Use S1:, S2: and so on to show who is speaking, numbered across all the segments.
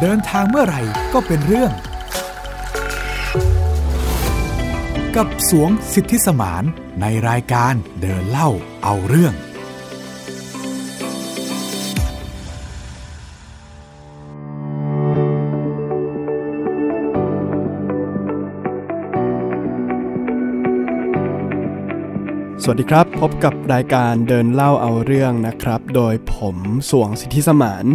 S1: เดินทางเมื่อไหร่ก็เป็นเรื่อง กับสวงสิทธิสมานในรายการเดินเล่าเอาเรื่อง
S2: สวัสดีครับ พบกับรายการเดินเล่าเอาเรื่องนะครับ โดยผมสวงสิทธิสมาน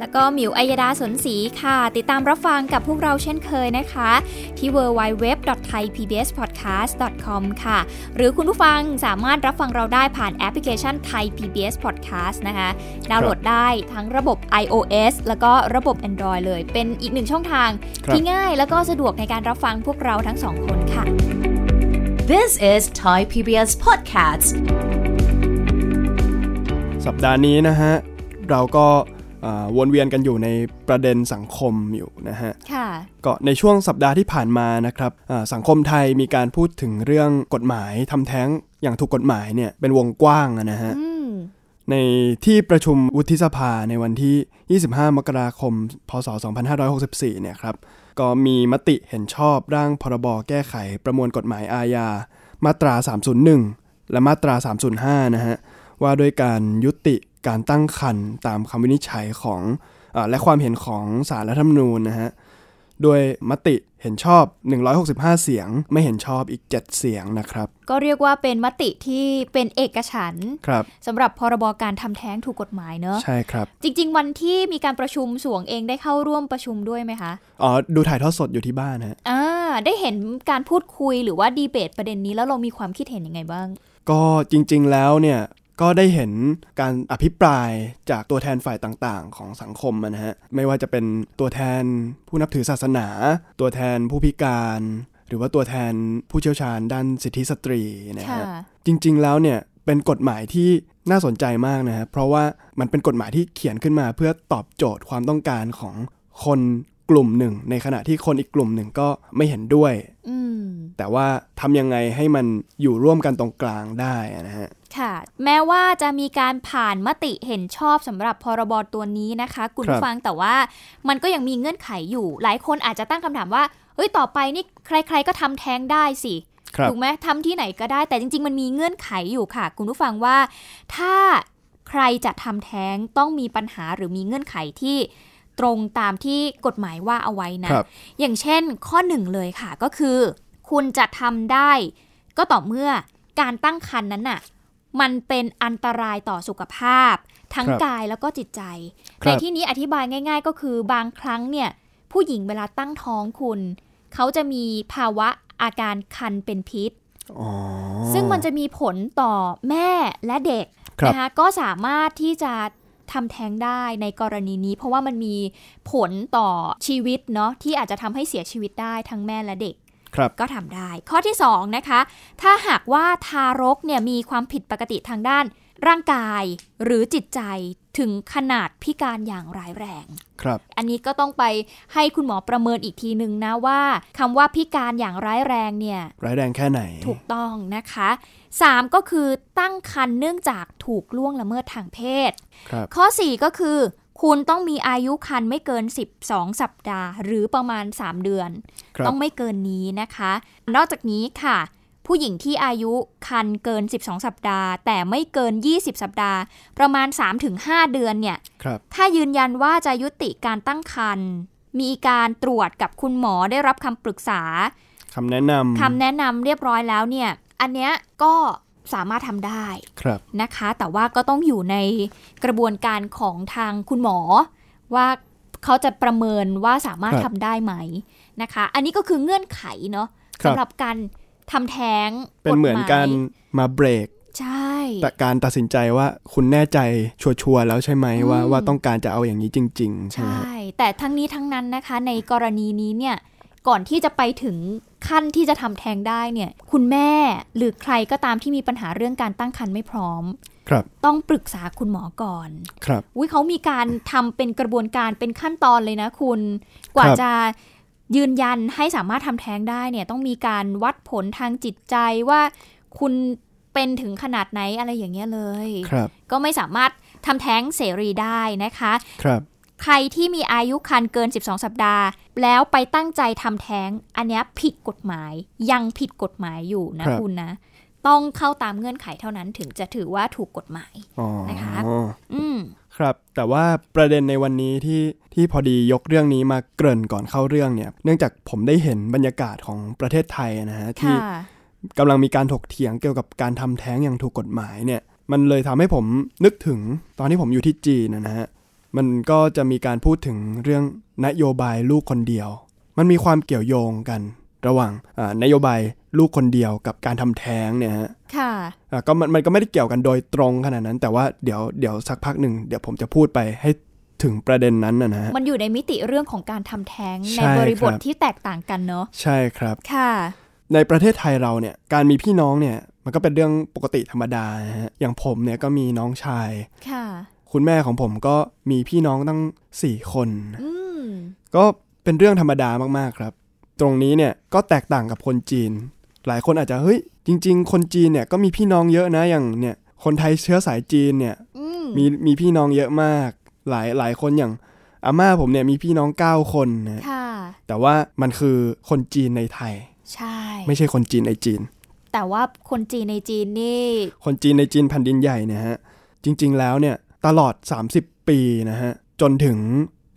S3: แล้วก็หมิวอัยดาสนศรีค่ะ ติดตามรับฟังกับพวกเราเช่นเคยนะคะ ที่ www.thaipbspodcast.com ค่ะ หรือคุณผู้ฟังสามารถรับฟังเราได้ผ่านแอปพลิเคชัน Thai PBS Podcast นะคะ ดาวน์โหลดได้ทั้งระบบ iOS แล้วก็ระบบ Android เลย เป็นอีกหนึ่งช่องทาง
S2: ครับ
S3: ที่ง่ายแล้วก็สะดวกในการรับฟังพวกเราทั้งสองคนค่ะ
S4: This is Thai PBS Podcast.
S2: สัปดาห์นี้นะฮะ เราก็อ่าวนเวียนกันอยู่ในประเด็นสังคมอยู่นะฮะ
S3: ค่ะ
S2: ก็ในช่วงสัปดาห์ที่ผ่านมานะครับอ่าสังคมไทยมีการพูดถึงเรื่องกฎหมายทำแท้งอย่างถูกกฎหมายเนี่ยเป็นวงกว้างอะนะฮะ
S3: อืม
S2: ในที่ประชุมวุฒิสภาในวันที่ 25 มกราคม พศ 2564 เนี่ยครับ ก็มีมติเห็นชอบร่างพรบแก้ไขประมวลกฎหมายอาญา มาตรา 301 และมาตรา 305 นะฮะ ว่าด้วยการยุติการตั้งคันตามคำวินิจฉัยของอาและความเห็นของสารรัฐธรรมนูญนะฮะ โดยมติเห็นชอบ 165 เสียง ไม่เห็นชอบอีก 7 เสียงนะครับ
S3: ก็เรียกว่าเป็นมติที่เป็นเอกฉันท์
S2: ครับ
S3: สำหรับพรบการทำแท้งถูกกฎหมายเนอะ
S2: ใช่ครับ
S3: จริง ๆ วันที่มีการประชุมสวงเองได้เข้าร่วมประชุมด้วยไหมคะ
S2: อ๋อ ดูถ่ายทอดสดอยู่ที่บ้านฮะ
S3: อ่าได้เห็นการพูดคุยหรือว่าดีเบตประเด็นนี้แล้วเรามีความคิดเห็นยังไงบ้าง
S2: ก็จริงๆแล้วเนี่ยก็ได้เห็นการอภิปรายจากตัวแทนฝ่ายต่างๆ ของสังคมอะนะฮะไม่ว่าจะเป็นตัวแทนผู้นับถือศาสนา ตัวแทนผู้พิการ หรือว่าตัวแทนผู้เชี่ยวชาญด้านสิทธิสตรีนะ
S3: ค่ะ
S2: ฮะจริงๆแล้วเนี่ยเป็นกฎหมายที่น่าสนใจมากนะฮะเพราะว่ามันเป็นกฎหมายที่เขียนขึ้นมาเพื่อตอบโจทย์ความต้องการของคนกลุ่มหนึ่ง ในขณะที่คนอีกกลุ่มหนึ่งก็ไม่เห็นด้วย
S3: อืม
S2: แต่ว่าทำยังไงให้มันอยู่ร่วมกันตรงกลางได้อะนะฮะ
S3: ค่ะ แม้ว่าจะมีการผ่านมติเห็นชอบสำหรับพรบตัวนี้นะคะคุณ
S2: ครับ
S3: ผู้ฟังแต่ว่ามันก็ยังมีเงื่อนไขอยู่ หลายคนอาจจะตั้งคำถามว่าเอ้ยต่อไปนี่ใคร ๆ ก็ทำแท้งได้สิ
S2: ครับ
S3: ถูกไหมทำที่ไหนก็ได้แต่จริง ๆ มันมีเงื่อนไขอยู่ค่ะ คุณผู้ฟังว่า ถ้าใครจะทำแท้งต้องมีปัญหาหรือมีเงื่อนไขที่ตรงตามที่กฎหมายว่าเอาไว้นะ
S2: ครับ
S3: อย่างเช่นข้อหนึ่งเลยค่ะก็คือ คุณจะทำได้ ก็ต่อเมื่อการตั้งครรภ์นั้นน่ะมันเป็นอันตรายต่อสุขภาพ ทั้ง
S2: ครับ
S3: กายแล้วก็จิตใจ
S2: ครับ
S3: ในที่นี้อธิบายง่าย ๆ ก็คือบางครั้งเนี่ยผู้หญิงเวลาตั้งท้องคุณ เขาจะมีภาวะอาการคันเป็นพิษ
S2: อ๋อ
S3: ซึ่งมันจะมีผลต่อแม่และเด็ก
S2: ครับ
S3: นะคะก็สามารถที่จะทำแท้งได้ในกรณีนี้ เพราะว่ามันมีผลต่อชีวิตเนาะที่อาจจะทำให้เสียชีวิตได้ทั้งแม่และเด็ก
S2: ครับ
S3: ก็ทำได้ ข้อที่ 2 นะคะ ถ้าหากว่าทารกเนี่ยมีความผิดปกติทางด้าน ร่างกายหรือจิตใจถึงขนาดพิการอย่างร้ายแรง
S2: ครับ
S3: อันนี้ก็ต้องไปให้คุณหมอประเมินอีกทีนึงนะว่าคำว่าพิการอย่างร้ายแรงเนี่ย
S2: ร้ายแรงแค่ไหน
S3: ถูกต้องนะคะ 3 ก็คือตั้งคันเนื่องจากถูกล่วงละเมิดทางเพศ
S2: ครับ
S3: ข้อ 4 ก็คือ คุณต้องมีอายุคันไม่เกิน 12 สัปดาห์ หรือประมาณ 3 เดือน
S2: ครับ
S3: ต้องไม่เกินนี้นะคะ นอกจากนี้ค่ะ ผู้หญิงที่อายุคันเกิน 12 สัปดาห์ แต่ไม่เกิน 20 สัปดาห์ ประมาณ 3-5 เดือนเนี่ย
S2: ครับ
S3: ถ้ายืนยันว่าจะยุติการตั้งครรภ์มีการตรวจกับคุณหมอได้รับคำปรึกษา
S2: คำแนะนำ
S3: คำแนะนำเรียบร้อยแล้วเนี่ย อันเนี้ยก็สามารถทำได้
S2: ครับ
S3: นะคะ แต่ว่าก็ต้องอยู่ในกระบวนการของทางคุณหมอ ว่าเขาจะประเมินว่าสามารถ
S2: ครับ
S3: ทำได้ไหมนะคะ อันนี้ก็คือเงื่อนไขเนาะ
S2: ครับ
S3: สำหรับการทำแท้ง
S2: เป็นเหมือนการ
S3: ฎหม
S2: มาเบรก
S3: ยใช่
S2: แต่การตัดสินใจว่าคุณแน่ใจชัวร์ๆแล้วใช่ไหม
S3: อืม
S2: ว่าว่าต้องการจะเอาอย่างนี้จริง ๆ ใช่ไหม
S3: ใช่
S2: ฮะ
S3: แต่ทั้งนี้ทั้งนั้นนะคะ ในกรณีนี้เนี่ย ก่อนที่จะไปถึงขั้นที่จะทำแท้งได้เนี่ย คุณแม่หรือใครก็ตามที่มีปัญหาเรื่องการตั้งครรภ์ไม่พร้อม
S2: ครับ
S3: ต้องปรึกษาคุณหมอก่อน
S2: ครับ
S3: อุ้ยเขามีการทำเป็นกระบวนการเป็นขั้นตอนเลยนะคุณ กว่า
S2: ครับ
S3: จะยืนยันให้สามารถทำแท้งได้เนี่ยต้องมีการวัดผลทางจิตใจว่าคุณเป็นถึงขนาดไหนอะไรอย่างเงี้ยเลย
S2: ครับ
S3: ก็ไม่สามารถทำแท้งเสรีได้นะคะ
S2: ครับ
S3: ใครที่มีอายุคันเกิน 12 สัปดาห์ แล้วไปตั้งใจทำแท้ง อันเนี้ยผิดกฎหมายยังผิดกฎหมายอยู่นะครับ คุณนะ ต้องเข้าตามเงื่อนไขเท่านั้นถึงจะถือว่าถูกกฎหมาย
S2: อ๋อ
S3: นะคะ อืม
S2: ครับ แต่ว่าประเด็นในวันนี้ที่ที่พอดียกเรื่องนี้มาเกริ่นก่อนเข้าเรื่องเนี่ย เนื่องจากผมได้เห็นบรรยากาศของประเทศไทยนะฮะที่
S3: ค่ะ
S2: กำลังมีการถกเถียงเกี่ยวกับการทำแท้งอย่างถูกกฎหมายเนี่ย มันเลยทำให้ผมนึกถึงตอนที่ผมอยู่ที่จีนนะฮะ มันก็จะมีการพูดถึงเรื่องนโยบายลูกคนเดียว มันมีความเกี่ยวโยงกัน ระหว่างอ่านโยบายลูกคนเดียวกับการทำแท้งเนี่ยฮะ
S3: ค่ะ
S2: อ่าก็มันมันก็ไม่ได้เกี่ยวกันโดยตรงขนาดนั้น แต่ว่าเดี๋ยวเดี๋ยวสักพักหนึ่งเดี๋ยวผมจะพูดไปให้ถึงประเด็นนั้นนะนะฮะ
S3: มันอยู่ในมิติเรื่องของการทำแท้ง
S2: ใช่
S3: ในบริบท
S2: ครับ
S3: ที่แตกต่างกันเนาะ
S2: ใช่ครับ
S3: ค่ะ
S2: ในประเทศไทยเราเนี่ยการมีพี่น้องเนี่ยมันก็เป็นเรื่องปกติธรรมดานะฮะอย่างผมเนี่ยก็มีน้องชาย
S3: ค่ะ
S2: คุณแม่ของผมก็มีพี่น้องตั้ง 4 คน
S3: อืม
S2: ก็เป็นเรื่องธรรมดามากๆครับ ตรงนี้เนี่ยก็แตกต่างกับคนจีน หลายคนอาจจะเฮ้ยจริง ๆ คนจีนเนี่ยก็มีพี่น้องเยอะนะอย่างเนี่ยคนไทยเชื้อสายจีนเนี่ย
S3: อืม
S2: มีมีพี่น้องเยอะมาก หลายหลายคนอย่างอาม่าผมเนี่ยมีพี่น้อง 9 คนนะ
S3: ค่ะ
S2: แต่ว่ามันคือคนจีนในไทย
S3: ใช่
S2: ไม่ใช่คนจีนในจีน
S3: แต่ว่าคนจีนในจีนนี่
S2: คนจีนในจีนแผ่นดินใหญ่เนี่ยฮะ จริงๆแล้วเนี่ยตลอด 30 ปีนะฮะ จนถึง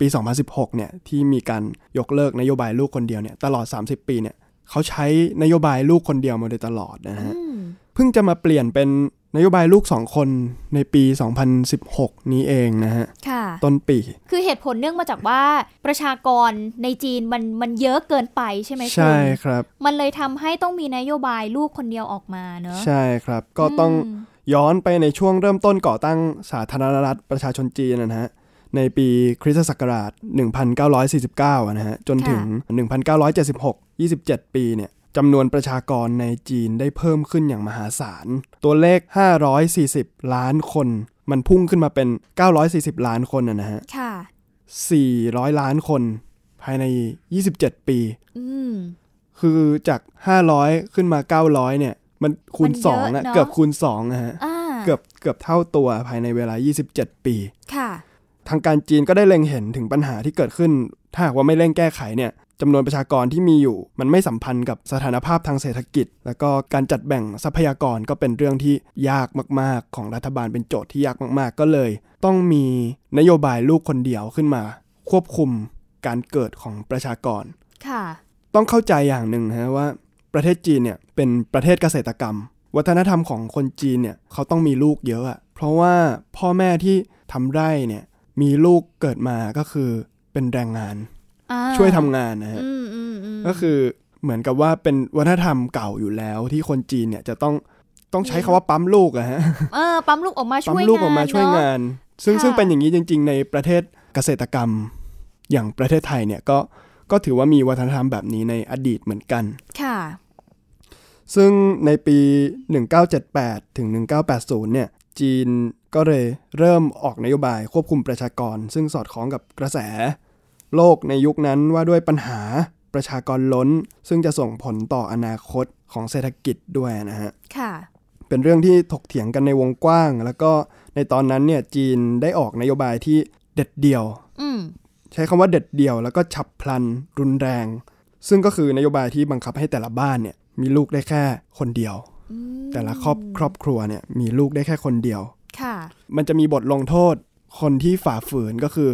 S2: ปี 2016 เนี่ยที่มีการยกเลิกนโยบายลูกคนเดียวเนี่ยตลอด 30 ปีเนี่ยเขาใช้นโยบายลูกคนเดียวมาโดยตลอดนะฮะ
S3: อืม
S2: เพิ่งจะมาเปลี่ยนเป็นนโยบายลูก 2 คนในปี 2016 นี้เองนะฮะ
S3: ค่ะ
S2: ต้นปี
S3: คือเหตุผลเนื่องมาจากว่าประชากรในจีนมันมันเยอะเกินไปใช่ไหมคุ
S2: ใช่
S3: ณ
S2: ครับ
S3: มันเลยทำให้ต้องมีนโยบายลูกคนเดียวออกมาเนอะ
S2: ใช่ครับ ก็ต้อง
S3: ม
S2: ย้อนไปในช่วงเริ่มต้นก่อตั้งสาธารณรัฐประชาชนจีนนะฮะ ในปีคริสตศักราช 1949อะนะฮะ จนถึง 1976 27 ปีเนี่ยจำนวนประชากรในจีนได้เพิ่มขึ้นอย่างมหาศาล ตัวเลข 540 ล้านคน มันพุ่งขึ้นมาเป็น 940 ล้านคนอะนะฮะ
S3: ค่ะ
S2: 400 ล้านคน ภายใน 27 ปี
S3: อืม
S2: คือจาก 500 ขึ้นมา 900 เนี่ย มันคูณ
S3: มันเย
S2: 2
S3: อะ
S2: องอะ
S3: เนอะ
S2: เกือบคูณ2นะฮะ
S3: อ่า
S2: เกือบเกือบเท่าตัวภายในเวลา 27 ปี
S3: ค่ะ
S2: ทางการจีนก็ได้เล็งเห็นถึงปัญหาที่เกิดขึ้น ถ้าหากว่าไม่เร่งแก้ไขเนี่ยจำนวนประชากรที่มีอยู่ มันไม่สัมพันธ์กับสถานภาพทางเศรษฐกิจ แล้วก็การจัดแบ่งทรัพยากรก็เป็นเรื่องที่ยากมาก ๆ ของรัฐบาลเป็นโจทย์ที่ยากมาก ๆ ก็เลย ต้องมีนโยบายลูกคนเดียวขึ้นมา ควบคุมการเกิดของประชากร
S3: ค่ะ
S2: ต้องเข้าใจอย่างหนึ่งนะฮะว่าประเทศจีนเนี่ยเป็นประเทศเกษตรกรรม วัฒนธรรมของคนจีนเนี่ยเขาต้องมีลูกเยอะอะเพราะว่าพ่อแม่ที่ทำไร่เนี่ยมีลูกเกิดมาก็คือเป็นแรงงาน
S3: อ่า
S2: ช่วยทำงานนะฮะ
S3: อืมอืมอืม
S2: ก็คือเหมือนกับว่าเป็นวัฒนธรรมเก่าอยู่แล้วที่คนจีนเนี่ยจะต้องต้องใช้
S3: มี
S2: คำว่าปั๊มลูก อะฮะ
S3: เออปั๊มลูกออกมาช่
S2: ปั๊ม
S3: วย
S2: ลูกออกมาช่วย
S3: เนอะ
S2: งาน ซึ่ง
S3: ค่ะ
S2: ซึ่งเป็นอย่างนี้จริง ๆ ในประเทศเกษตรกรรม อย่างประเทศไทยเนี่ยก็ก็ถือว่ามีวัฒนธรรมแบบนี้ในอดีตเหมือนกัน
S3: ค่ะ
S2: ซึ่งในปี 1978 ถึง 1980 เนี่ย จีนก็เลยเริ่มออกนโยบายควบคุมประชากร ซึ่งสอดคล้องกับกระแส โลกในยุคนั้นว่าด้วยปัญหาประชากรล้น ซึ่งจะส่งผลต่ออนาคตของเศรษฐกิจด้วยนะฮะ
S3: ค่ะ
S2: เป็นเรื่องที่ถกเถียงกันในวงกว้าง แล้วก็ในตอนนั้นเนี่ยจีนได้ออกนโยบายที่เด็ดเดี่ยว
S3: อืม
S2: ใช้คำว่าเด็ดเดี่ยวแล้วก็ฉับพลัน รุนแรง ซึ่งก็คือนโยบายที่บังคับให้แต่ละบ้านเนี่ยมีลูกได้แค่คนเดียว แต่ละครอบครอบครัวเนี่ยมีลูกได้แค่คนเดียว
S3: ค่ะ
S2: มันจะมีบทลงโทษ คนที่ฝ่าฝืนก็คือ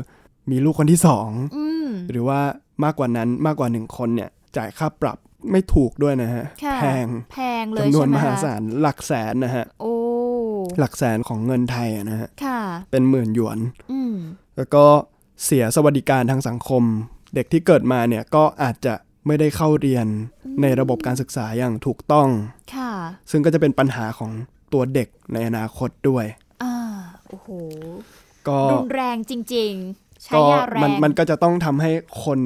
S2: มีลูกคนที่สอง
S3: อืม
S2: หรือว่ามากกว่านั้นมากกว่าหนึ่งคนเนี่ยจ่ายค่าปรับไม่ถูกด้วยนะฮะ
S3: ค่ะ
S2: แพง
S3: แพงเลย
S2: จำนว
S3: ใช่
S2: น
S3: ไหม
S2: มหา
S3: คะ
S2: ศาลหลักแสนนะฮะ
S3: โอ้
S2: หลักแสนของเงินไทยอะนะฮะ
S3: ค่ะ
S2: เป็นหมื่นหยวน
S3: อืม
S2: แล้วก็เสียสวัสดิการทางสังคม เด็กที่เกิดมาเนี่ยก็อาจจะไม่ได้เข้าเรียนในระบบการศึกษาอย่างถูกต้อง
S3: ค่ะ
S2: ซึ่งก็จะเป็นปัญหาของตัวเด็กในอนาคตด้วย
S3: อ่า โอ้โห
S2: ก็
S3: รุนแรงจริง ๆ ใช้
S2: ก็
S3: ยาแร
S2: มัน
S3: ง
S2: มันก็จะต้องทำให้คน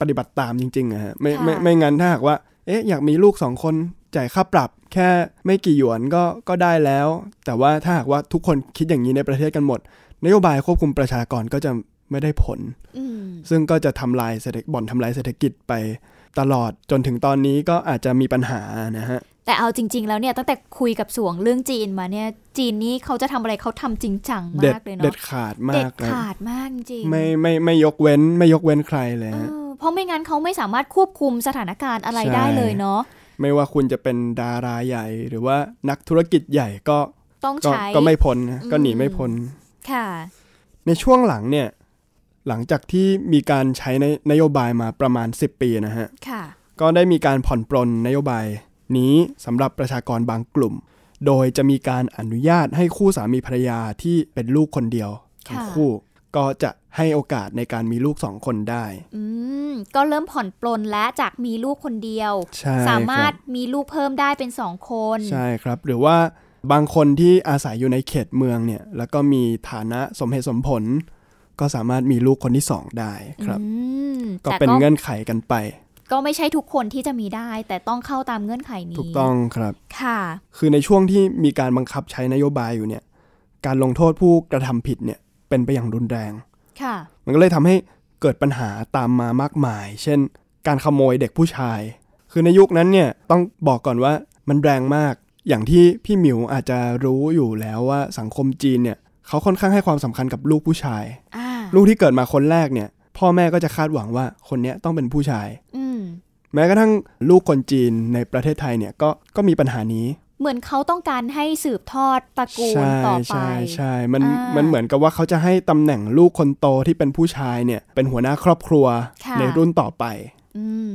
S2: ปฏิบัติตามจริงๆอะฮะไม่ไม่
S3: ค่ะ
S2: ไม่งั้นถ้าหากว่า เอ๊ะอยากมีลูกสองคนจ่ายค่าปรับ แค่ไม่กี่หยวนก็ก็ได้แล้ว แต่ว่าถ้าหากว่าทุกคนคิดอย่างนี้ในประเทศกันหมด นโยบายควบคุมประชากรก็จะไม่ได้ผล
S3: อืม
S2: ซึ่งก็จะทำลายเศรษฐบ่อนทำลายเศรษฐกิจไปตลอดจนถึงตอนนี้ก็อาจจะมีปัญหานะฮะ
S3: แต่เอาจริง ๆ แล้วเนี่ยตั้งแต่คุยกับสวงเรื่องจีนมาเนี่ย จีนนี้เขาจะทำอะไรเขาทำจริงจัง
S2: เด็ด
S3: มากเลย
S2: เด็
S3: เนาะ
S2: ดขาด
S3: เด็
S2: มา
S3: ด
S2: กครับ
S3: ขาดมากจริง
S2: ไม่ไม่ไม่ยกเว้นไม่ยกเว้นใครเลย
S3: เอ
S2: ฮะ
S3: อเพราะไม่งั้นเขาไม่สามารถควบคุมสถานการณ์อะไร
S2: ใช่
S3: ได้เลยเนาะ
S2: ไม่ว่าคุณจะเป็นดาราใหญ่ หรือว่านักธุรกิจใหญ่ก็
S3: ต้อง
S2: ก็
S3: ใช้
S2: ก็ไม่พ้นนะก็หนีไม่พ้น
S3: ค่ะ
S2: ในช่วงหลังเนี่ย หลังจากที่มีการใช้ในนโยบายมาประมาณ 10 ปีนะฮะ
S3: ค่ะ
S2: ก็ได้มีการผ่อนปรนนโยบายนี้สำหรับประชากรบางกลุ่ม โดยจะมีการอนุญาตให้คู่สามีภรรยาที่เป็นลูกคนเดียวทั้ง
S3: ค่ะ
S2: คู่ ก็จะให้โอกาสในการมีลูกสองคนได้
S3: อืม ก็เริ่มผ่อนปลนและจากมีลูกคนเดียว
S2: ใช่
S3: สามารถ
S2: คบ
S3: มีลูกเพิ่มได้เป็นสองคน
S2: ใช่ครับ หรือว่าบางคนที่อาศัยอยู่ในเขตเมืองเนี่ย แล้วก็มีฐานะสมเหตุสมผล ก็สามารถมีลูกคนที่สองได้ครับ
S3: อืม
S2: ก็
S3: แต่
S2: เป็นเงื่อนไขกันไป
S3: ก็ไม่ใช่ทุกคนที่จะมีได้ แต่ต้องเข้าตามเงื่อนไขนี้
S2: ถูกต้องครับ
S3: ค่ะ
S2: คือในช่วงที่มีการบังคับใช้นโยบายอยู่เนี่ย การลงโทษผู้กระทำผิดเนี่ยเป็นไปอย่างรุนแรง
S3: ค่ะ
S2: มันก็เลยทำให้เกิดปัญหาตามมามากมาย เช่น การขโมยเด็กผู้ชาย คือในยุคนั้นเนี่ยต้องบอกก่อนว่ามันแรงมาก อย่างที่พี่หมิวอาจจะรู้อยู่แล้วว่าสังคมจีนเนี่ยเขาค่อนข้างให้ความสำคัญกับลูกผู้ชาย
S3: อ่า
S2: ลูกที่เกิดมาคนแรกเนี่ยพ่อแม่ก็จะคาดหวังว่าคนเนี้ยต้องเป็นผู้ชาย
S3: อืม
S2: แม้กระทั่งลูกคนจีนในประเทศไทยเนี่ยก็ก็มีปัญหานี้
S3: เหมือนเขาต้องการให้สืบทอดตระกูล
S2: ใช่
S3: ต่อไป
S2: ใช่ใช่มัน
S3: อ่ามั
S2: มันเหมือนกับว่าเขาจะให้ตำแหน่งลูกคนโตที่เป็นผู้ชายเนี่ยเป็นหัวหน้าครอบครัว
S3: ค่ะ
S2: ในรุ่นต่อไป
S3: อืม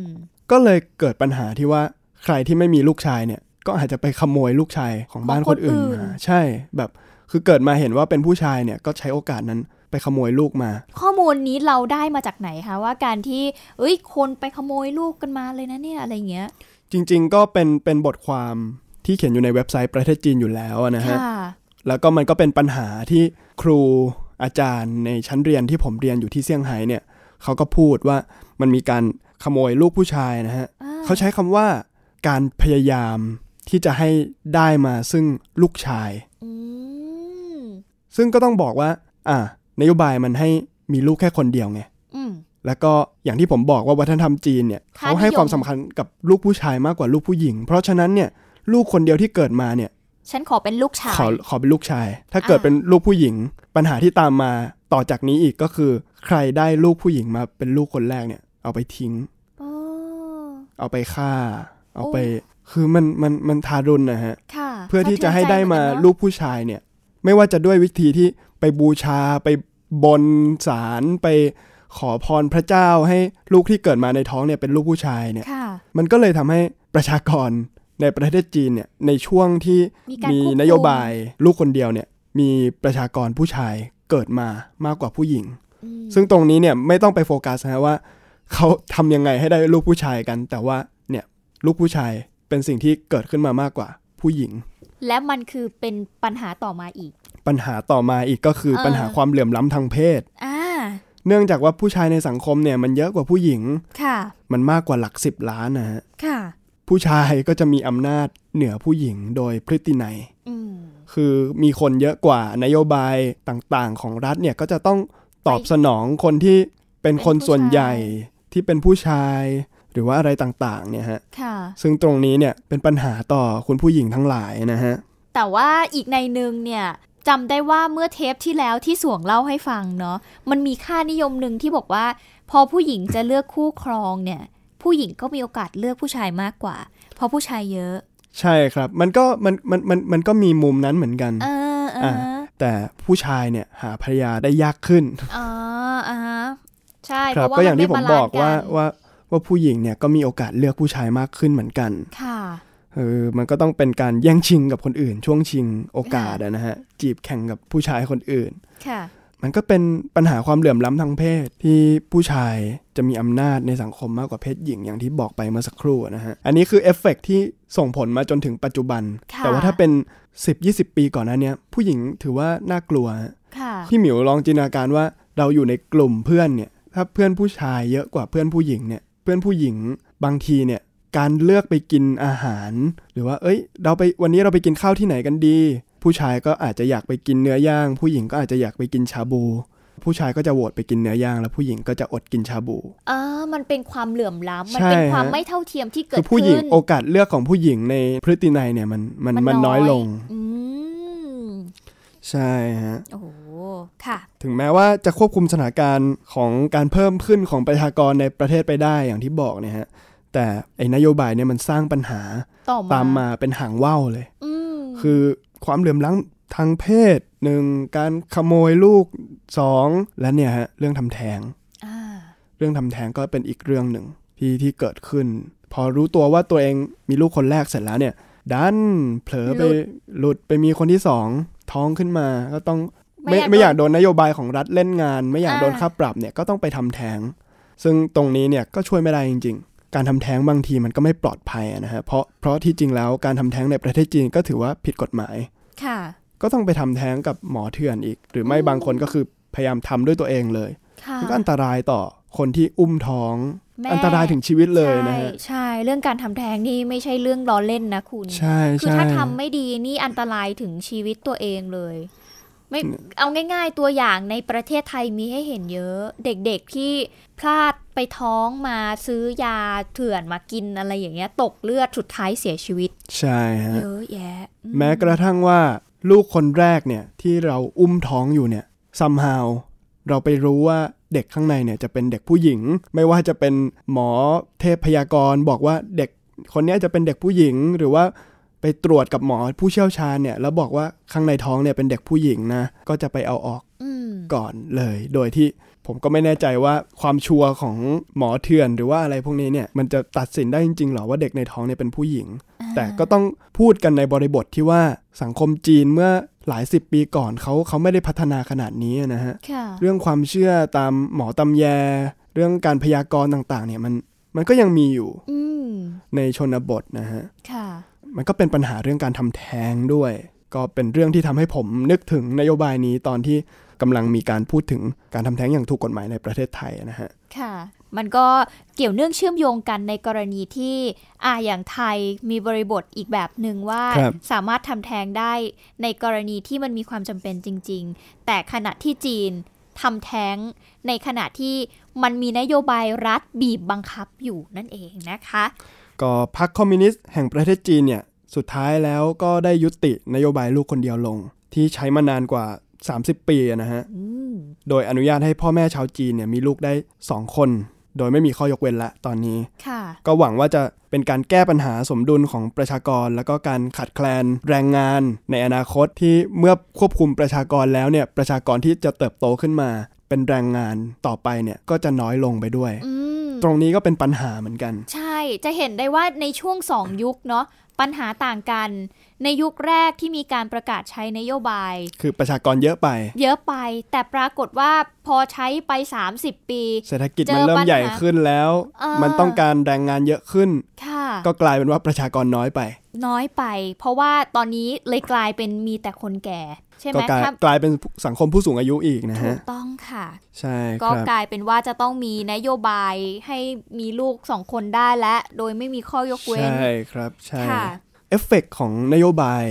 S2: ก็เลยเกิดปัญหาที่ว่าใครที่ไม่มีลูกชายเนี่ยก็อาจจะไปขโมยลูกชายของบ้าน
S3: ของ
S2: ค
S3: คน น
S2: อื่น
S3: อื่น
S2: มาใช่แบบคือเกิดมาเห็นว่าเป็นผู้ชายเนี่ยก็ใช้โอกาสนั้นไปขโมยลูกมา
S3: ข้อมูลนี้เราได้มาจากไหนคะว่าการที่เอ้ยคนไปขโมยลูกกันมาเลยนะเนี่ยอะไรเงี้ย
S2: จริง ๆ ก็เป็นเป็นบทความที่เขียนอยู่ในเว็บไซต์ประเทศจีนอยู่แล้วนะฮะ
S3: ค่ะ
S2: แล้วก็มันก็เป็นปัญหาที่ครูอาจารย์ในชั้นเรียนที่ผมเรียนอยู่ที่เซี่ยงไฮ้เนี่ยเขาก็พูดว่ามันมีการขโมยลูกผู้ชายนะฮะ
S3: อ่า
S2: เขาใช้คำว่าการพยายามที่จะให้ได้มาซึ่งลูกชาย
S3: อืม
S2: ซึ่งก็ต้องบอกว่า อ่านโยบายมันให้มีลูกแค่คนเดียวไง
S3: อืม
S2: แล้วก็อย่างที่ผมบอกว่าวัฒนธรรมจีนเนี่ย
S3: ค่า
S2: เขาให้
S3: นิยม
S2: ความสำคัญกับลูกผู้ชายมากกว่าลูกผู้หญิง เพราะฉะนั้นเนี่ยลูกคนเดียวที่เกิดมาเนี่ย
S3: ฉันขอเป็นลูกชาย
S2: ขอขอเป็นลูกชาย ถ้าเกิด
S3: อ่า
S2: เป็นลูกผู้หญิง ปัญหาที่ตามมาต่อจากนี้อีกก็คือ ใครได้ลูกผู้หญิงมาเป็นลูกคนแรกเนี่ย เอาไปทิ้ง
S3: อ๋อ
S2: เอาไปฆ่า เอา
S3: โอ้
S2: ไป คือมันมันมันทารุณนะฮะ
S3: ค่ะ
S2: เพื่อที่จะให้
S3: สเทื
S2: ได้
S3: อน
S2: มา
S3: ใจเหอนกันเนอะ
S2: ลูกผู้ชายเนี่ย ไม่ว่าจะด้วยวิธีที่ไปบูชาไปบนศาลไปขอพรพระเจ้าให้ลูกที่เกิดมาในท้องเนี่ยเป็นลูกผู้ชายเนี่ย
S3: ค่ะ
S2: มันก็เลยทำให้ประชากรในประเทศจีนเนี่ยในช่วงที่
S3: มีการ
S2: มี
S3: ควบคุม
S2: นโยบายลูกคนเดียวเนี่ยมีประชากรผู้ชายเกิดมามากกว่าผู้หญิง ซึ่งตรงนี้เนี่ยไม่ต้องไปโฟกัสนะว่าเขาทำยังไงให้ได้ลูกผู้ชายกัน แต่ว่าเนี่ยลูกผู้ชายเป็นสิ่งที่เกิดขึ้นมามากกว่าผู้หญิง
S3: และมันคือเป็นปัญหาต่อมาอีก
S2: ปัญหาต่อมาอีกก็คือ
S3: เออ
S2: ปัญหาความเหลื่อมล้ำทางเพศ
S3: อ่า
S2: เนื่องจากว่าผู้ชายในสังคมเนี่ยมันเยอะกว่าผู้หญิง
S3: ค่ะ
S2: มันมากกว่าหลักสิบล้านนะฮะ
S3: ค่ะ
S2: ผู้ชายก็จะมีอำนาจเหนือผู้หญิงโดยพฤตินัย
S3: อืม
S2: คือมีคนเยอะกว่านโยบายต่างๆ ของรัฐเนี่ยก็จะต้องตอบสนองคนที่เป็นคน
S3: เป็นผู้ชาย
S2: ส่วนใหญ่ที่เป็นผู้ชาย หรือว่าอะไรต่างๆเนี่ยฮะ
S3: ค่ะ
S2: ซึ่งตรงนี้เนี่ยเป็นปัญหาต่อคุณผู้หญิงทั้งหลายนะฮะ
S3: แต่ว่าอีกในหนึ่งเนี่ยจำได้ว่าเมื่อเทปที่แล้วที่สวงเล่าให้ฟังเนาะมันมีค่านิยมหนึ่งที่บอกว่า พอผู้หญิงจะเลือกคู่ครองเนี่ย ผู้หญิงก็มีโอกาสเลือกผู้ชายมากกว่า เพราะผู้ชายเยอะ
S2: ใช่ครับมันก็มันมันมันมันก็มีมุมนั้นเหมือนกัน
S3: เออเออ
S2: แต่ผู้ชายเนี่ยหาภรรยาได้ยากขึ้น
S3: อ๋ออ่าฮะใช่
S2: ครั
S3: เพราะว่า
S2: ก็อย่างที่ผม
S3: นไบ
S2: บ
S3: ลน
S2: อก
S3: ซ์
S2: ว่าว่าว่าผู้หญิงเนี่ยก็มีโอกาสเลือกผู้ชายมากขึ้นเหมือนกัน
S3: ค่ะ
S2: เออมันก็ต้องเป็นการแย่งชิงกับคนอื่น ช่วงชิงโอกาสอะนะฮะ จีบแข่งกับผู้ชายคนอื่น
S3: ค่ะ
S2: มันก็เป็นปัญหาความเหลื่อมล้ำทางเพศ ที่ผู้ชายจะมีอำนาจในสังคมมากกว่าเพศหญิงอย่างที่บอกไปเมื่อสักครู่อะนะฮะ อันนี้คือเอฟเฟกต์ที่ส่งผลมาจนถึงปัจจุบัน
S3: ค่ะ
S2: แต่ว่าถ้าเป็น 10-20 ปีก่อนหน้าเนี้ยผู้หญิงถือว่าน่ากลัวฮะ
S3: ค่ะ
S2: พี่หมิวลองจินตนาการว่าเราอยู่ในกลุ่มเพื่อนเนี่ยถ้าเพื่อนผู้ชายเยอะกว่าเพื่อนผู้หญิงเนี่ยเพื่อนผู้หญิงบางทีเนี่ยการเลือกไปกินอาหาร หรือว่าเอ้ย เราไปวันนี้เราไปกินข้าวที่ไหนกันดี ผู้ชายก็อาจจะอยากไปกินเนื้อย่าง ผู้หญิงก็อาจจะอยากไปกินชาบู ผู้ชายก็จะโหวตไปกินเนื้อย่าง แล้วผู้หญิงก็จะอดกินชาบู
S3: อ่ามันเป็นความเหลื่อมล้ำ มัน
S2: ใช่
S3: เป็นความ
S2: ฮะ
S3: ไม่เท่าเทียมที่เกิ
S2: คื
S3: ด
S2: อผู้หญิง
S3: ขึ้น
S2: โอกาสเลือกของผู้หญิงในพฤตินัยเนี่ยมันมัน
S3: มัน
S2: มันน้อย
S3: น้อย
S2: ลง
S3: อืม
S2: ใช่ฮะ
S3: โอ้โหค่ะ
S2: ถึงแม้ว่าจะควบคุมสถานการณ์ของการเพิ่มขึ้นของประชากรในประเทศไปได้อย่างที่บอกเนี่ยฮะ แต่ไอ้นโยบายเนี่ยมันสร้างปัญหา
S3: ต่อมา
S2: ตามมาเป็นหางว่าวเลย
S3: อืม
S2: คือความเหลื่อมล้ำทางเพศหนึ่งการขโมยลูกสองและเนี่ยฮะเรื่องทำแท้ง
S3: อ่า
S2: เรื่องทำแท้งก็เป็นอีกเรื่องหนึ่งที่ที่เกิดขึ้น พอรู้ตัวว่าตัวเองมีลูกคนแรกเสร็จแล้วเนี่ย ดันเผลอไปหลุดไปมีคนที่สองท้องขึ้นมาก็ต้องไม่ไม่อยากโดนนโยบายของรัฐเล่นงาน ไม่อยากโดนค่าปรับเนี่ยก็ต้องไปทำแท้ง ซึ่งตรงนี้เนี่ยก็ช่วยไม่ได้จริง ๆ การทำแท้งบางทีมันก็ไม่ปลอดภัยอะนะฮะเพราะเพราะที่จริงแล้วการทำแท้งในประเทศจีนก็ถือว่าผิดกฎหมาย
S3: ค่ะ
S2: ก็ต้องไปทำแท้งกับหมอเถื่อนอีก หรือไม่
S3: อืม
S2: บางคนก็คือพยายามทำด้วยตัวเองเลย
S3: ค่ะ
S2: มันก็อันตรายต่อคนที่อุ้มท้อง
S3: แม่
S2: อันตรายถึงชีวิตเลยนะฮะ
S3: ใช่ใช่เรื่องการทำแท้งนี่ไม่ใช่เรื่องล้อเล่นนะคุณ
S2: ใช่
S3: คือ
S2: ใช่
S3: ถ้าทำไม่ดีนี่อันตรายถึงชีวิตตัวเองเลย ไม่เอาง่าย ๆ ตัวอย่างในประเทศไทยมีให้เห็นเยอะ เด็กๆที่พลาดไปท้องมาซื้อยาเถื่อนมากินอะไรอย่างเงี้ย ตกเลือดสุดท้ายเสียชีวิต
S2: ใช่ฮะ
S3: เยอะแยะอืม
S2: แม้กระทั่งว่าลูกคนแรกเนี่ยที่เราอุ้มท้องอยู่เนี่ยซัมฮาวเราไปรู้ว่าเด็กข้างในเนี่ยจะเป็นเด็กผู้หญิง ไม่ว่าจะเป็นหมอเทพพยากรณ์บอกว่าเด็กคนเนี้ยจะเป็นเด็กผู้หญิง หรือว่าไปตรวจกับหมอผู้เชี่ยวชาญเนี่ยแล้วบอกว่าข้างในท้องเนี่ยเป็นเด็กผู้หญิงนะก็จะไปเอาออก
S3: อืม
S2: ก่อนเลย โดยที่ผมก็ไม่แน่ใจว่าความชัวร์ของหมอเถื่อนหรือว่าอะไรพวกนี้เนี่ยมันจะตัดสินได้จริงๆหรอว่าเด็กในท้องเนี่ยเป็นผู้หญิง แต่ก็ต้องพูดกันในบริบทที่ว่าสังคมจีนเมื่อหลายสิบปีก่อนเขาเขาไม่ได้พัฒนาขนาดนี้นะฮะ
S3: ค่ะ
S2: เรื่องความเชื่อตามหมอตำแย เรื่องการพยากรณ์ต่างๆเนี่ยมันมันก็ยังมีอยู่
S3: อืม
S2: ในชนบทนะฮะ
S3: ค่ะ
S2: มันก็เป็นปัญหาเรื่องการทำแท้งด้วย ก็เป็นเรื่องที่ทำให้ผมนึกถึงนโยบายนี้ตอนที่กำลังมีการพูดถึงการทำแท้งอย่างถูกกฎหมายในประเทศไทยนะฮะ
S3: ค่ะ มันก็เกี่ยวเนื่องเชื่อมโยงกันในกรณีที่อ่าอย่างไทยมีบริบทอีกแบบหนึ่งว่า
S2: ครับ
S3: สามารถทำแท้งได้ในกรณีที่มันมีความจำเป็นจริง ๆ แต่ขณะที่จีนทำแท้งในขณะที่มันมีนโยบายรัฐบีบบังคับอยู่นั่นเองนะคะ
S2: ก็พรรคคอมมิวนิสต์แห่งประเทศจีนเนี่ยสุดท้ายแล้วก็ได้ยุตินโยบายลูกคนเดียวลง ที่ใช้มานานกว่า 30 ปีอะนะฮะ
S3: อืม
S2: โดยอนุญาตให้พ่อแม่ชาวจีนเนี่ยมีลูกได้ 2 คน โดยไม่มีข้อยกเว้นละตอนนี้
S3: ค่ะ
S2: ก็หวังว่าจะเป็นการแก้ปัญหาสมดุลของประชากร แล้วก็การขาดแคลนแรงงานในอนาคตที่เมื่อควบคุมประชากรแล้วเนี่ยประชากรที่จะเติบโตขึ้นมา เป็นแรงงานต่อไปเนี่ยก็จะน้อยลงไปด้วย
S3: อืม
S2: ตรงนี้ก็เป็นปัญหาเหมือนกัน
S3: ใช่ จะเห็นได้ว่าในช่วงสองยุคเนาะปัญหาต่างกัน ในยุคแรกที่มีการประกาศใช้นโยบาย
S2: คือประชากรเยอะไป
S3: เยอะไปแต่ปรากฏว่าพอใช้ไป 30 ปี
S2: เศรษฐกิจมันเริ่มใหญ่ขึ้นแล้ว
S3: เจอปัญหามั
S2: มันต้องการแรงงานเยอะขึ้น
S3: ค่ะ
S2: ก็กลายเป็นว่าประชากรน้อยไป
S3: น้อยไป เพราะว่าตอนนี้เลยกลายเป็นมีแต่คนแก่ ใช่ไห
S2: ก็
S3: ม
S2: กลาย
S3: ครับ
S2: กลายเป็นสังคมผู้สูงอายุอีกนะ
S3: ถู
S2: ฮะ
S3: กต้องค่ะ
S2: ใช่ค
S3: ก็
S2: รับ
S3: กลายเป็นว่าจะต้องมีนโยบายให้มีลูกสองคนได้และโดยไม่มีข้อยกเว้น
S2: ใช่ครับ ใช่
S3: ค่ะ
S2: เอฟเฟกต์ของนโยบาย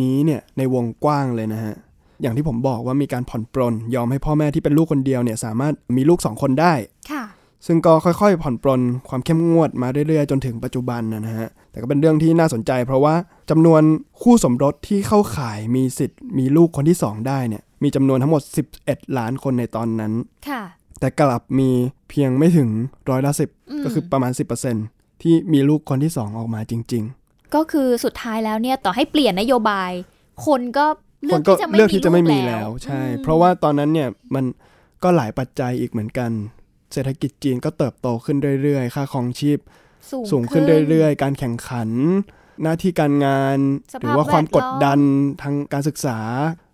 S2: นี้เนี่ยในวงกว้างเลยนะฮะ อย่างที่ผมบอกว่ามีการผ่อนปลน ยอมให้พ่อแม่ที่เป็นลูกคนเดียวเนี่ยสามารถมีลูกสองคนได้
S3: ค่ะ
S2: ซึ่งก็ค่อยๆ ผ่อนปลนความเข้มงวดมาเรื่อยๆ จนถึงปัจจุบันนะนะฮะ แต่ก็เป็นเรื่องที่น่าสนใจ เพราะว่าจำนวนคู่สมรสที่เข้าข่ายมีสิทธิ์มีลูกคนที่สองได้เนี่ยมีจำนวนทั้งหมด 11 ล้านคนในตอนนั้น
S3: ค่ะ
S2: แต่กลับมีเพียงไม่ถึงร้อยละสิบ
S3: อืม
S2: ก็คือประมาณ 10%ที่มีลูกคนที่สองออกมาจริง ๆ
S3: ก็คือสุดท้ายแล้วเนี่ยต่อให้เปลี่ยนนโยบาย คนก็เลื
S2: ค
S3: อก
S2: นก็
S3: ที่จะไม่
S2: เลือก
S3: มี
S2: ที่จะไม่มี
S3: ลูก
S2: แล้วใช่
S3: อืม
S2: เพราะว่าตอนนั้นเนี่ยมันก็หลายปัจจัยอีกเหมือนกัน เศรษฐกิจจีนก็เติบโตขึ้นเรื่อยๆ ค่าครองชีพ สูงขึ้นเรื่อยๆ การแข่งขัน หน้าที่การงาน
S3: สภาพ
S2: หรือว่าความ
S3: แวดล้อม
S2: กดดันทางการศึกษา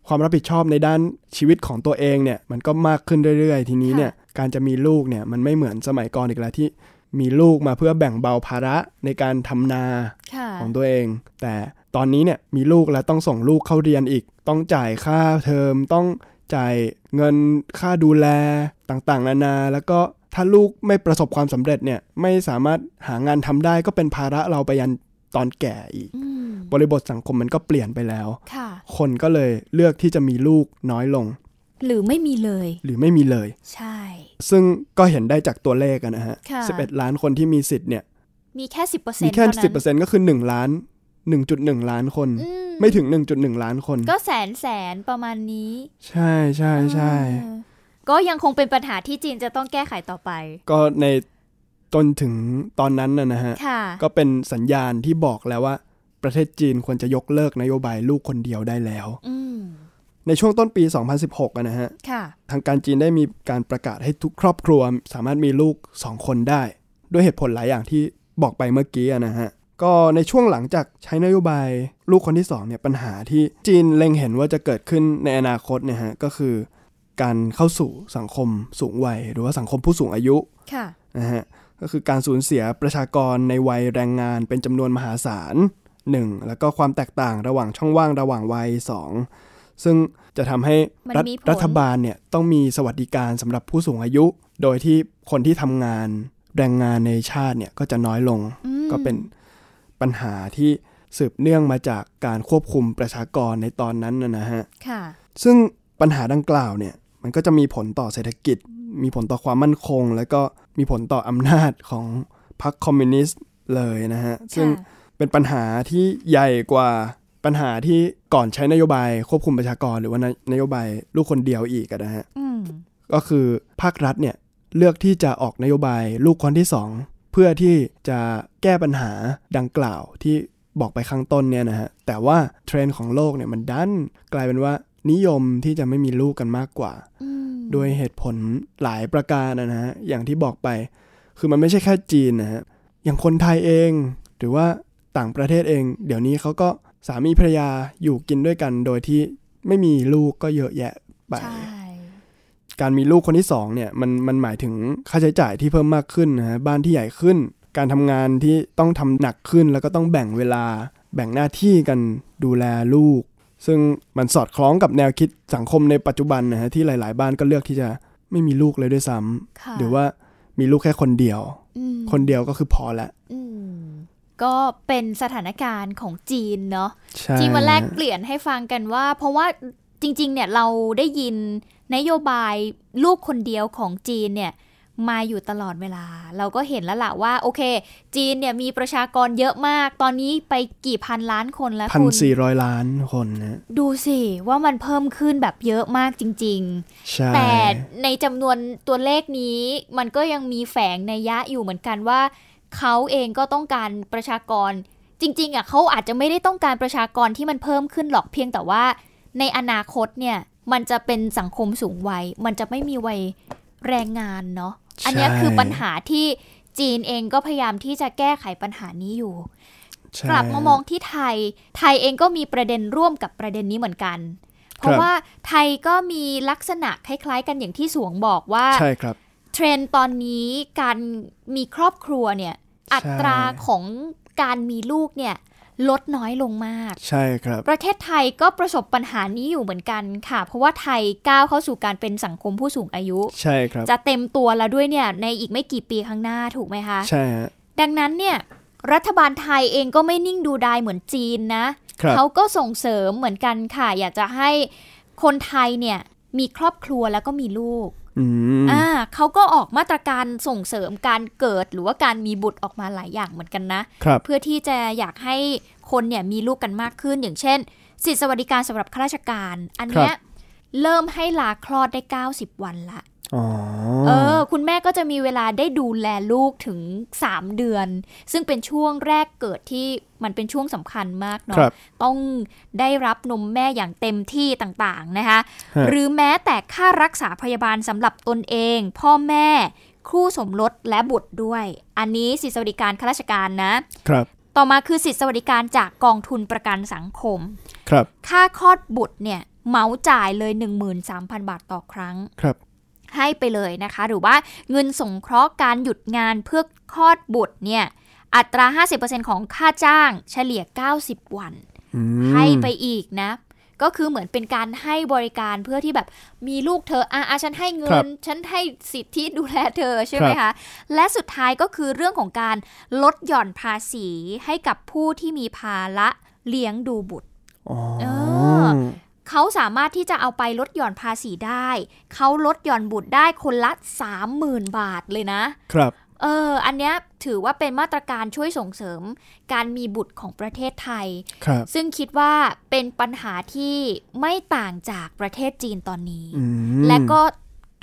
S2: ความรับผิดชอบในด้านชีวิตของตัวเองเนี่ยมันก็มากขึ้นเรื่อยๆ ทีนี้เนี่ยการจะมีลูกเนี่ยมันไม่เหมือนสมัยก่อนอีกแล้วที่ มีลูกมาเพื่อแบ่งเบาภาระในการทำนา
S3: ค่ะ
S2: ของตัวเอง แต่ตอนนี้เนี่ยมีลูกแล้วต้องส่งลูกเข้าเรียนอีก ต้องจ่ายค่าเทอมต้องจ่ายเงินค่าดูแลต่างๆ นานา แล้วก็ถ้าลูกไม่ประสบความสำเร็จเนี่ยไม่สามารถหางานทำได้ก็เป็นภาระเราไปยันตอนแก่อีก
S3: อืม
S2: บริบทสังคมมันก็เปลี่ยนไปแล้ว
S3: ค่ะ
S2: คนก็เลยเลือกที่จะมีลูกน้อยลง
S3: หรือไม่มีเลย
S2: หรือไม่มีเลย
S3: ใช่
S2: ซึ่งก็เห็นได้จากตัวเลขอะนะฮะ
S3: ค่ะ
S2: 11 ล้านคนที่มีสิทธิ์เนี่ย
S3: มีแค่สิบเปอร์เซ็น
S2: มี
S3: ต์
S2: แค่
S3: เท่านั้น
S2: สิบเปอร์เซ็นต์ก็คือหนึ่งล้านหนึ่งจุดหนึ่งล้านคน
S3: อืม
S2: ไม่ถึงหนึ่งจุดหนึ่งล้านคน
S3: ก็แสนแสนประมาณนี้
S2: ใช่ใช่ใช่
S3: เออก็ยังคงเป็นปัญหาที่จีนจะต้องแก้ไขต่อไป
S2: ก็ในจนถึงตอนนั้นนะนะฮะ
S3: ค่ะ
S2: ก็เป็นสัญญาณที่บอกแล้วว่า ประเทศจีนควรจะยกเลิกนโยบายลูกคนเดียวได้แล้ว
S3: อืม
S2: ในช่วงต้นปี 2016อะนะฮะ
S3: ค่ะ
S2: ทางการจีนได้มีการประกาศให้ทุกครอบครัว สามารถมีลูก 2 คนได้ ด้วยเหตุผลหลายอย่างที่บอกไปเมื่อกี้อะนะฮะ ก็ในช่วงหลังจากใช้นโยบายลูกคนที่ 2 เนี่ยปัญหาที่จีนเล็งเห็นว่าจะเกิดขึ้นในอนาคตเนี่ยฮะก็คือการเข้าสู่สังคมสูงวัย หรือว่าสังคมผู้สูงอายุ
S3: ค่ะ
S2: นะฮะก็คือการสูญเสียประชากรในวัยแรงงานเป็นจำนวนมหาศาล 1. แล้วก็ความแตกต่างระหว่างช่องว่างระหว่างวัย 2 ซึ่งจะทำให้
S3: มัน
S2: รัฐ
S3: มีผล
S2: รัฐบาลเนี่ยต้องมีสวัสดิการสำหรับผู้สูงอายุ โดยที่คนที่ทำงานแรงงานในชาติเนี่ยก็จะน้อยลง ก็เป็นปัญหาที่สืบเนื่องมาจากการควบคุมประชากรในตอนนั้นนะนะฮะ
S3: ค่ะ
S2: ซึ่งปัญหาดังกล่าวเนี่ยมันก็จะมีผลต่อเศรษฐกิจ มีผลต่อความมั่นคง แล้วก็มีผลต่ออำนาจของพรรคคอมมิวนิสต์เลยนะฮะ ซึ่งเป็นปัญหาที่ใหญ่กว่าปัญหาที่ก่อนใช้นโยบายควบคุมประชากร หรือว่านนโยบายลูกคนเดียวอีกอะนะฮะ
S3: อืม
S2: ก็คือภาครัฐเนี่ยเลือกที่จะออกนโยบายลูกคนที่สองเพื่อที่จะแก้ปัญหาดังกล่าวที่บอกไปข้างต้นเนี่ยนะฮะแต่ว่าเทรนด์ของโลกเนี่ยมันดันกลายเป็นว่านิยมที่จะไม่มีลูกกันมากกว่า
S3: อืม
S2: ด้วยเหตุผลหลายประการนะนะฮะอย่างที่บอกไป คือมันไม่ใช่แค่จีนนะฮะอย่างคนไทยเอง หรือว่าต่างประเทศเอง เดี๋ยวนี้เขาก็สามีภรรยาอยู่กินด้วยกัน โดยที่ไม่มีลูกก็เยอะแยะไป
S3: ใช่
S2: การมีลูกคนที่สองเนี่ยมันมันหมายถึงค่าใช้จ่ายที่เพิ่มมากขึ้นนะฮะบ้านที่ใหญ่ขึ้น การทำงานที่ต้องทำหนักขึ้น แล้วก็ต้องแบ่งเวลา แบ่งหน้าที่กันดูแลลูก ซึ่งมันสอดคล้องกับแนวคิดสังคมในปัจจุบันนะฮะที่หลาย ๆ บ้านก็เลือกที่จะไม่มีลูกเลยด้วยซ้ำ
S3: ค่ะ
S2: หรือว่ามีลูกแค่คนเดียว
S3: อืม
S2: คนเดียวก็คือพอละ
S3: อืม ก็เป็นสถานการณ์ของจีนเนาะ
S2: ใช่
S3: ที่มาแลกเปลี่ยนให้ฟังกันว่า เพราะว่าจริง ๆ เนี่ยเราได้ยินนโยบายลูกคนเดียวของจีนเนี่ยมาอยู่ตลอดเวลา เราก็เห็นแล้วล่ะว่า โอเค จีนเนี่ยมีประชากรเยอะมาก ตอนนี้ไปกี่พันล้านคนแล้ว
S2: พัน
S3: คุณ
S2: สี่ร้อยล้านคนนะ
S3: ดูสิว่ามันเพิ่มขึ้นแบบเยอะมากจริง
S2: ใช่
S3: ๆ แต่ในจำนวนตัวเลขนี้ มันก็ยังมีแฝงในยยะอยู่เหมือนกันว่า เขาเองก็ต้องการประชากร จริง ๆอ่ะเขาอาจจะไม่ได้ต้องการประชากรที่มันเพิ่มขึ้นหรอกเพียงแต่ว่า ในอนาคตเนี่ย มันจะเป็นสังคมสูงวัย มันจะไม่มีวัยแรงงานเนาะอันเนี้ยคือปัญหาที่จีนเองก็พยายามที่จะแก้ไขปัญหานี้อยู่
S2: ใช่
S3: กลับมามองที่ไทย ไทยเองก็มีประเด็นร่วมกับประเด็นนี้เหมือนกัน เพ
S2: ค
S3: ราะ
S2: รับ
S3: ว่าไทยก็มีลักษณะคล้ายๆ กันอย่างที่สวงบอกว่า
S2: ใช่ครับ
S3: เทรนด์ตอนนี้การมีครอบครัวเนี่ย
S2: ใช่
S3: อัตราของการมีลูกเนี่ยลดน้อยลงมาก
S2: ใช่ครับ
S3: ประเทศไทยก็ประสบปัญหานี้อยู่เหมือนกันค่ะ เพราะว่าไทยก้าวเข้าสู่การเป็นสังคมผู้สูงอายุ
S2: ใช่ครับ
S3: จะเต็มตัวแล้วด้วยเนี่ยในอีกไม่กี่ปีข้างหน้าถูกไหมคะ
S2: ใช่ฮะ
S3: ดังนั้นเนี่ยรัฐบาลไทยเองก็ไม่นิ่งดูดายเหมือนจีนนะ
S2: ครับ
S3: เขาก็ส่งเสริมเหมือนกันค่ะ อยากจะให้คนไทยเนี่ยมีครอบครัวแล้วก็มีลูก
S2: อืม
S3: อ่าเขาก็ออกมาตรการส่งเสริมการเกิดหรือว่าการมีบุตรออกมาหลายอย่างเหมือนกันนะ
S2: ครับ
S3: เพื่อที่จะอยากให้คนเนี่ยมีลูกกันมากขึ้น อย่างเช่น สิทธิสวัสดิการสำหรับข้าราชการ อันเนี้ยเริ่มให้ลาคลอดได้ 90 วันละ
S2: อ๋อ
S3: เออ คุณแม่ก็จะมีเวลาได้ดูแลลูกถึง 3 เดือน ซึ่งเป็นช่วงแรกเกิดที่มันเป็นช่วงสำคัญมากเนาะ
S2: ครับ
S3: ต้องได้รับนมแม่อย่างเต็มที่ต่างๆนะคะ
S2: ฮะ
S3: หรือแม้แต่ค่ารักษาพยาบาลสำหรับตนเอง พ่อแม่ คู่สมรสและบุตรด้วย อันนี้สิทธิสวัสดิการข้าราชการนะ
S2: ครับ
S3: ต่อมาคือสิทธิสวัสดิการจากกองทุนประกันสังคม
S2: ครับ
S3: ค่าคลอดบุตรเนี่ยเหมาจ่ายเลย 13,000 บาทต่อครั้ง
S2: ครับ
S3: ให้ไปเลยนะคะ หรือว่าเงินสงเคราะห์การหยุดงานเพื่อคลอดบุตรเนี่ย อัตรา 50%ของค่าจ้างเฉลี่ย 90 วัน
S2: อืม
S3: ให้ไปอีกนะ ก็คือเหมือนเป็นการให้บริการเพื่อที่แบบมีลูกเธออาอาฉันให้เงิ
S2: ครั
S3: น
S2: บ
S3: ฉันให้สิทธิดูแลเธอใช่ไหมคะ และสุดท้ายก็คือเรื่องของการลดหย่อนภาษีให้กับผู้ที่มีภาระเลี้ยงดูบุตร
S2: อ๋อ
S3: เออ เขาสามารถที่จะเอาไปลดหย่อนภาษีได้ เขาลดหย่อนบุตรได้คนละ 30,000 บาทเลยนะ
S2: ครับ
S3: เออ อันเนี้ยถือว่าเป็นมาตรการช่วยส่งเสริมการมีบุตรของประเทศไทย
S2: ครับ
S3: ซึ่งคิดว่าเป็นปัญหาที่ไม่ต่างจากประเทศจีนตอนนี้
S2: อืม
S3: และก็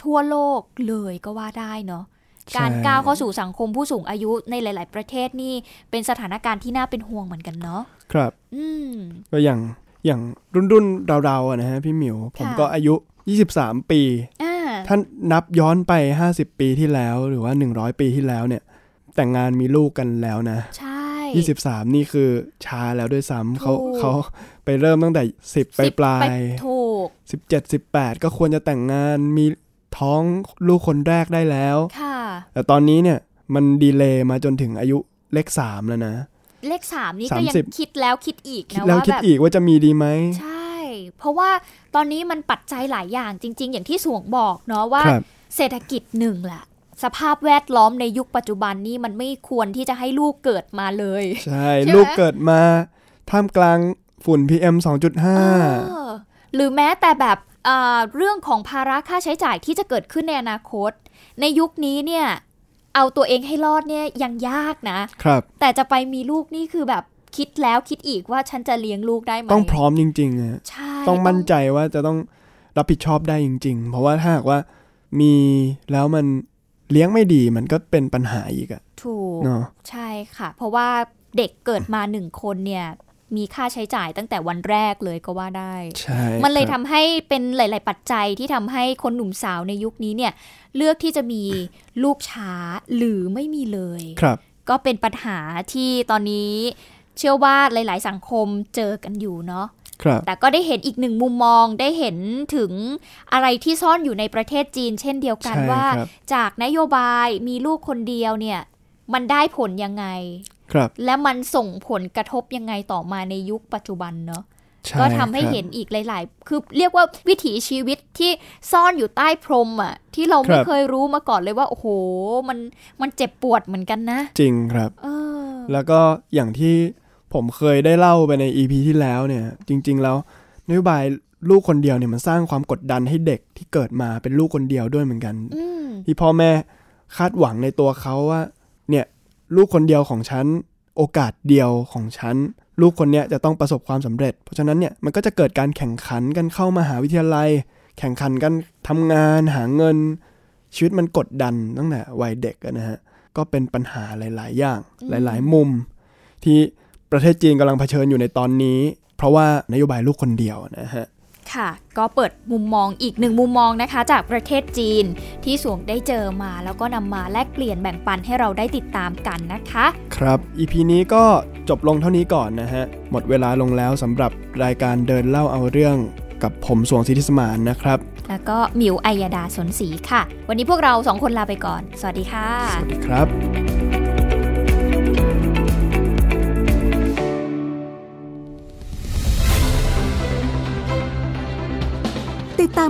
S3: ทั่วโลกเลยก็ว่าได้เนาะ
S2: ใช่
S3: การก้าวเข้าสู่สังคมผู้สูงอายุในหลาย ๆ ประเทศนี่เป็นสถานการณ์ที่น่าเป็นห่วงเหมือนกันเนาะ
S2: ครับ
S3: อืม
S2: ก็อย่างอย่างรุ่นรุ่นๆเราๆอะนะฮะพี่หมิว ผม
S3: ค่ะ
S2: ก็อายุ 23 ปี
S3: อ่า
S2: ท่านนับย้อนไป 50 ปีที่แล้วหรือว่า 100 ปีที่แล้วเนี่ย แต่งงานมีลูกกันแล้วนะ
S3: ใช่
S2: 23 นี่คือช้าแล้วด้วยซ้ำเขา
S3: ถูก
S2: เขาไปเริ่มตั้งแต่ 10 ไป
S3: สิบ
S2: ปลาย
S3: ถูก
S2: 17 18 ก็ควรจะแต่งงานมีท้องลูกคนแรกได้แล้ว
S3: ค่ะ
S2: แต่ตอนนี้เนี่ยมันดีเลย์มาจนถึงอายุเลข 3 แล้วนะ
S3: เลขสามนี่ก็ยั
S2: สาม
S3: ง
S2: สิบ
S3: คิดแล้วคิดอีก
S2: คิด
S3: นะ
S2: แล้ว
S3: ว่า
S2: คิด
S3: แบบ
S2: อีกว่าจะมีดีไหม
S3: ใช่ เพราะว่าตอนนี้มันปัจจัยหลายอย่างจริง ๆ อย่างที่สวงบอกเนาะว่า
S2: ครับ
S3: เศรษฐกิจหนึ่งแหละสภาพแวดล้อมในยุคปัจจุบันนี้มันไม่ควรที่จะให้ลูกเกิดมาเลย
S2: ใช่
S3: ใช่ไหม
S2: ลูกเกิดมาท่ามกลางฝุ่น PM
S3: เอ
S2: 2.5
S3: อหรือแม้แต่แบบเอ่อเรื่องของภาระค่าใช้จ่ายที่จะเกิดขึ้นในอนาคต ในยุคนี้เนี่ยเอาตัวเองให้รอดเนี่ยยังยากนะ
S2: ครับ
S3: แต่จะไปมีลูกนี่คือแบบคิดแล้วคิดอีกว่าฉันจะเลี้ยงลูกได้ไหม
S2: ต้องพร้อมจริงๆอะ
S3: ใช่
S2: ต้องมั่นใจว่าจะต้องรับผิดชอบได้จริง ๆ เพราะว่าถ้าหากว่ามีแล้วมันเลี้ยงไม่ดีมันก็เป็นปัญหาอีกอะ
S3: ถูก
S2: เนาะ
S3: ใช่ค่ะ เพราะว่าเด็กเกิดมาหนึ่งคนเนี่ย มีค่าใช้จ่ายตั้งแต่วันแรกเลยก็ว่าได้
S2: ใช่
S3: มันเลย
S2: ค
S3: ทำ
S2: รับ
S3: ให้เป็นหลาย ๆ ปัจจัยที่ทำให้คนหนุ่มสาวในยุคนี้เนี่ย เลือกที่จะมีลูกช้าหรือไม่มีเลย
S2: ครับ
S3: ก็เป็นปัญหาที่ตอนนี้เชื่อว่าหลาย ๆ สังคมเจอกันอยู่เนาะ
S2: ครับ
S3: แต่ก็ได้เห็นอีกหนึ่งมุมมองได้เห็นถึงอะไรที่ซ่อนอยู่ในประเทศจีน เช่นเดียวกัน
S2: ใช่
S3: ว่า
S2: ครับ
S3: จากนโยบายมีลูกคนเดียวเนี่ย มันได้ผลยังไง
S2: ครับ
S3: และมันส่งผลกระทบยังไงต่อมาในยุคปัจจุบันเนาะ
S2: ช่
S3: ก็ทำให้
S2: ครับ
S3: เห็นอีกหลาย ๆ คือเรียกว่าวิถีชีวิตที่ซ่อนอยู่ใต้พรมอะที่เราไม่เคยรู้มาก่อนเลยว่า โอ้โห มันมันเจ็บปวดเหมือนกันนะ
S2: จริงครับ
S3: เออ
S2: แล้วก็อย่างที่ผมเคยได้เล่าไปใน EP ที่แล้วเนี่ย จริง ๆ แล้วนโยบายลูกคนเดียวเนี่ยมันสร้างความกดดันให้เด็กที่เกิดมาเป็นลูกคนเดียวด้วยเหมือนกัน
S3: อืม
S2: ที่พ่อแม่คาดหวังในตัวเขาว่า เนี่ยลูกคนเดียวของฉัน โอกาสเดียวของฉัน ลูกคนเนี้ยจะต้องประสบความสำเร็จ เพราะฉะนั้นเนี่ยมันก็จะเกิดการแข่งขันกันเข้ามาหาวิทยาลัย แข่งขันกันทำงานหาเงิน ชีวิตมันกดดันตั้งแต่วัยเด็กอะนะฮะก็เป็นปัญหาหลาย ๆ อย่างหลาย ๆ มุม ที่ประเทศจีนกำลังเผชิญอยู่ในตอนนี้ เพราะว่านโยบายลูกคนเดียวนะฮะ
S3: ค่ะ ก็เปิดมุมมองอีกหนึ่งมุมมองนะคะ จากประเทศจีนที่สวงได้เจอมา แล้วก็นำมาแลกเปลี่ยนแบ่งปันให้เราได้ติดตามกันนะคะ
S2: ครับ EP นี้ก็จบลงเท่านี้ก่อนนะฮะ หมดเวลาลงแล้วสำหรับรายการเดินเล่าเอาเรื่องกับผมสวงศิทธิสมานนะครับ
S3: แล้วก็หมิวอัยยดาสนศรีค่ะ วันนี้พวกเราสองคนลาไปก่อน สวัสดีค่ะ
S2: สวัสดีครับ
S5: ติดตาม